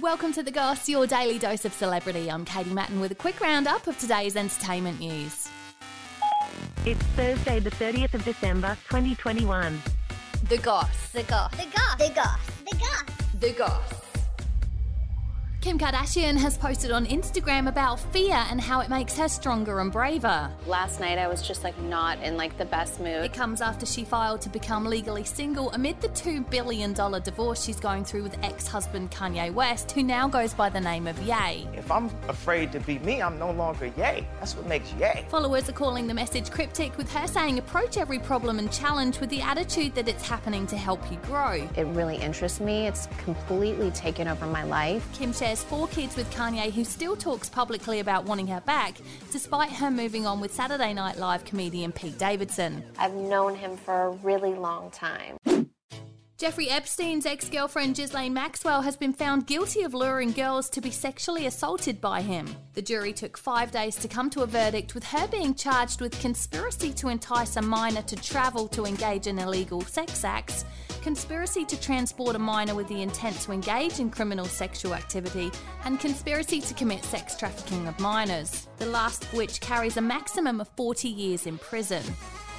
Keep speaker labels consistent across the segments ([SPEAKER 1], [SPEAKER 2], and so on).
[SPEAKER 1] Welcome to The Goss, your daily dose of celebrity. I'm Katie Matten with a quick roundup of today's entertainment news.
[SPEAKER 2] It's Thursday, the 30th of December, 2021.
[SPEAKER 1] The Goss. The Goss.
[SPEAKER 3] The goth. The goth. The goth.
[SPEAKER 1] The Goss. Kim Kardashian has posted on Instagram about fear and how it makes her stronger and braver.
[SPEAKER 4] Last night I was just like not in like the best mood.
[SPEAKER 1] It comes after she filed to become legally single amid the $2 billion divorce she's going through with ex husband Kanye West, who now goes by the name of Ye.
[SPEAKER 5] If I'm afraid to be me, I'm no longer yay. That's what makes yay.
[SPEAKER 1] Followers are calling the message cryptic, with her saying, approach every problem and challenge with the attitude that it's happening to help you grow.
[SPEAKER 4] It really interests me. It's completely taken over my life.
[SPEAKER 1] Kim shares four kids with Kanye, who still talks publicly about wanting her back, despite her moving on with Saturday Night Live comedian Pete Davidson.
[SPEAKER 4] I've known him for a really long time.
[SPEAKER 1] Jeffrey Epstein's ex girlfriend Ghislaine Maxwell has been found guilty of luring girls to be sexually assaulted by him. The jury took five days to come to a verdict, with her being charged with conspiracy to entice a minor to travel to engage in illegal sex acts, conspiracy to transport a minor with the intent to engage in criminal sexual activity, and conspiracy to commit sex trafficking of minors, the last of which carries a maximum of 40 years in prison.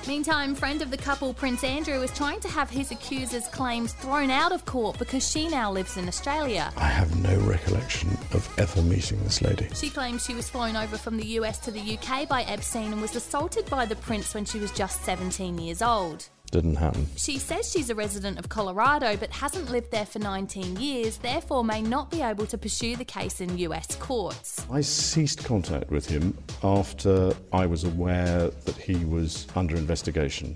[SPEAKER 1] Meantime, friend of the couple, Prince Andrew, is trying to have his accuser's claims thrown out of court because she now lives in Australia.
[SPEAKER 6] I have no recollection of ever meeting this lady.
[SPEAKER 1] She claims she was flown over from the US to the UK by Epstein and was assaulted by the prince when she was just 17 years old.
[SPEAKER 6] Didn't happen.
[SPEAKER 1] She says she's a resident of Colorado but hasn't lived there for 19 years, therefore, may not be able to pursue the case in US courts.
[SPEAKER 6] I ceased contact with him after I was aware that he was under investigation.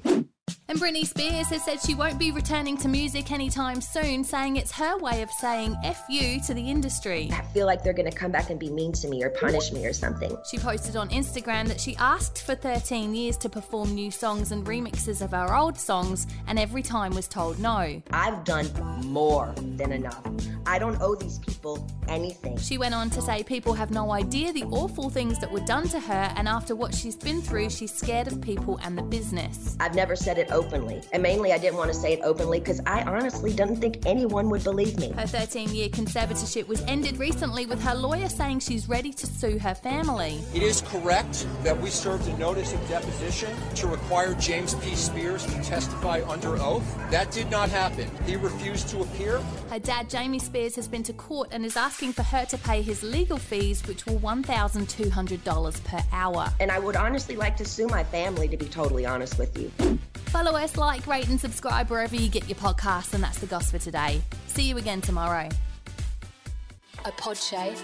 [SPEAKER 1] And Britney Spears has said she won't be returning to music anytime soon, saying it's her way of saying F you to the industry.
[SPEAKER 7] I feel like they're going to come back and be mean to me or punish me or something.
[SPEAKER 1] She posted on Instagram that she asked for 13 years to perform new songs and remixes of her old songs, and every time was told no.
[SPEAKER 7] I've done more than enough. I don't owe these people anything.
[SPEAKER 1] She went on to say people have no idea the awful things that were done to her, and after what she's been through, she's scared of people and the business.
[SPEAKER 7] I've never said it openly. And mainly, I didn't want to say it openly because I honestly didn't think anyone would believe me.
[SPEAKER 1] Her 13 year conservatorship was ended recently with her lawyer saying she's ready to sue her family.
[SPEAKER 8] It is correct that we served a notice of deposition to require James P. Spears to testify under oath. That did not happen. He refused to appear.
[SPEAKER 1] Her dad, Jamie Spears, has been to court and is asking for her to pay his legal fees, which were $1,200 per hour.
[SPEAKER 7] And I would honestly like to sue my family, to be totally honest with you.
[SPEAKER 1] Follow us, like, rate, and subscribe wherever you get your podcasts, and that's the goss for today. See you again tomorrow.
[SPEAKER 9] a Podshape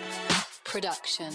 [SPEAKER 9] production.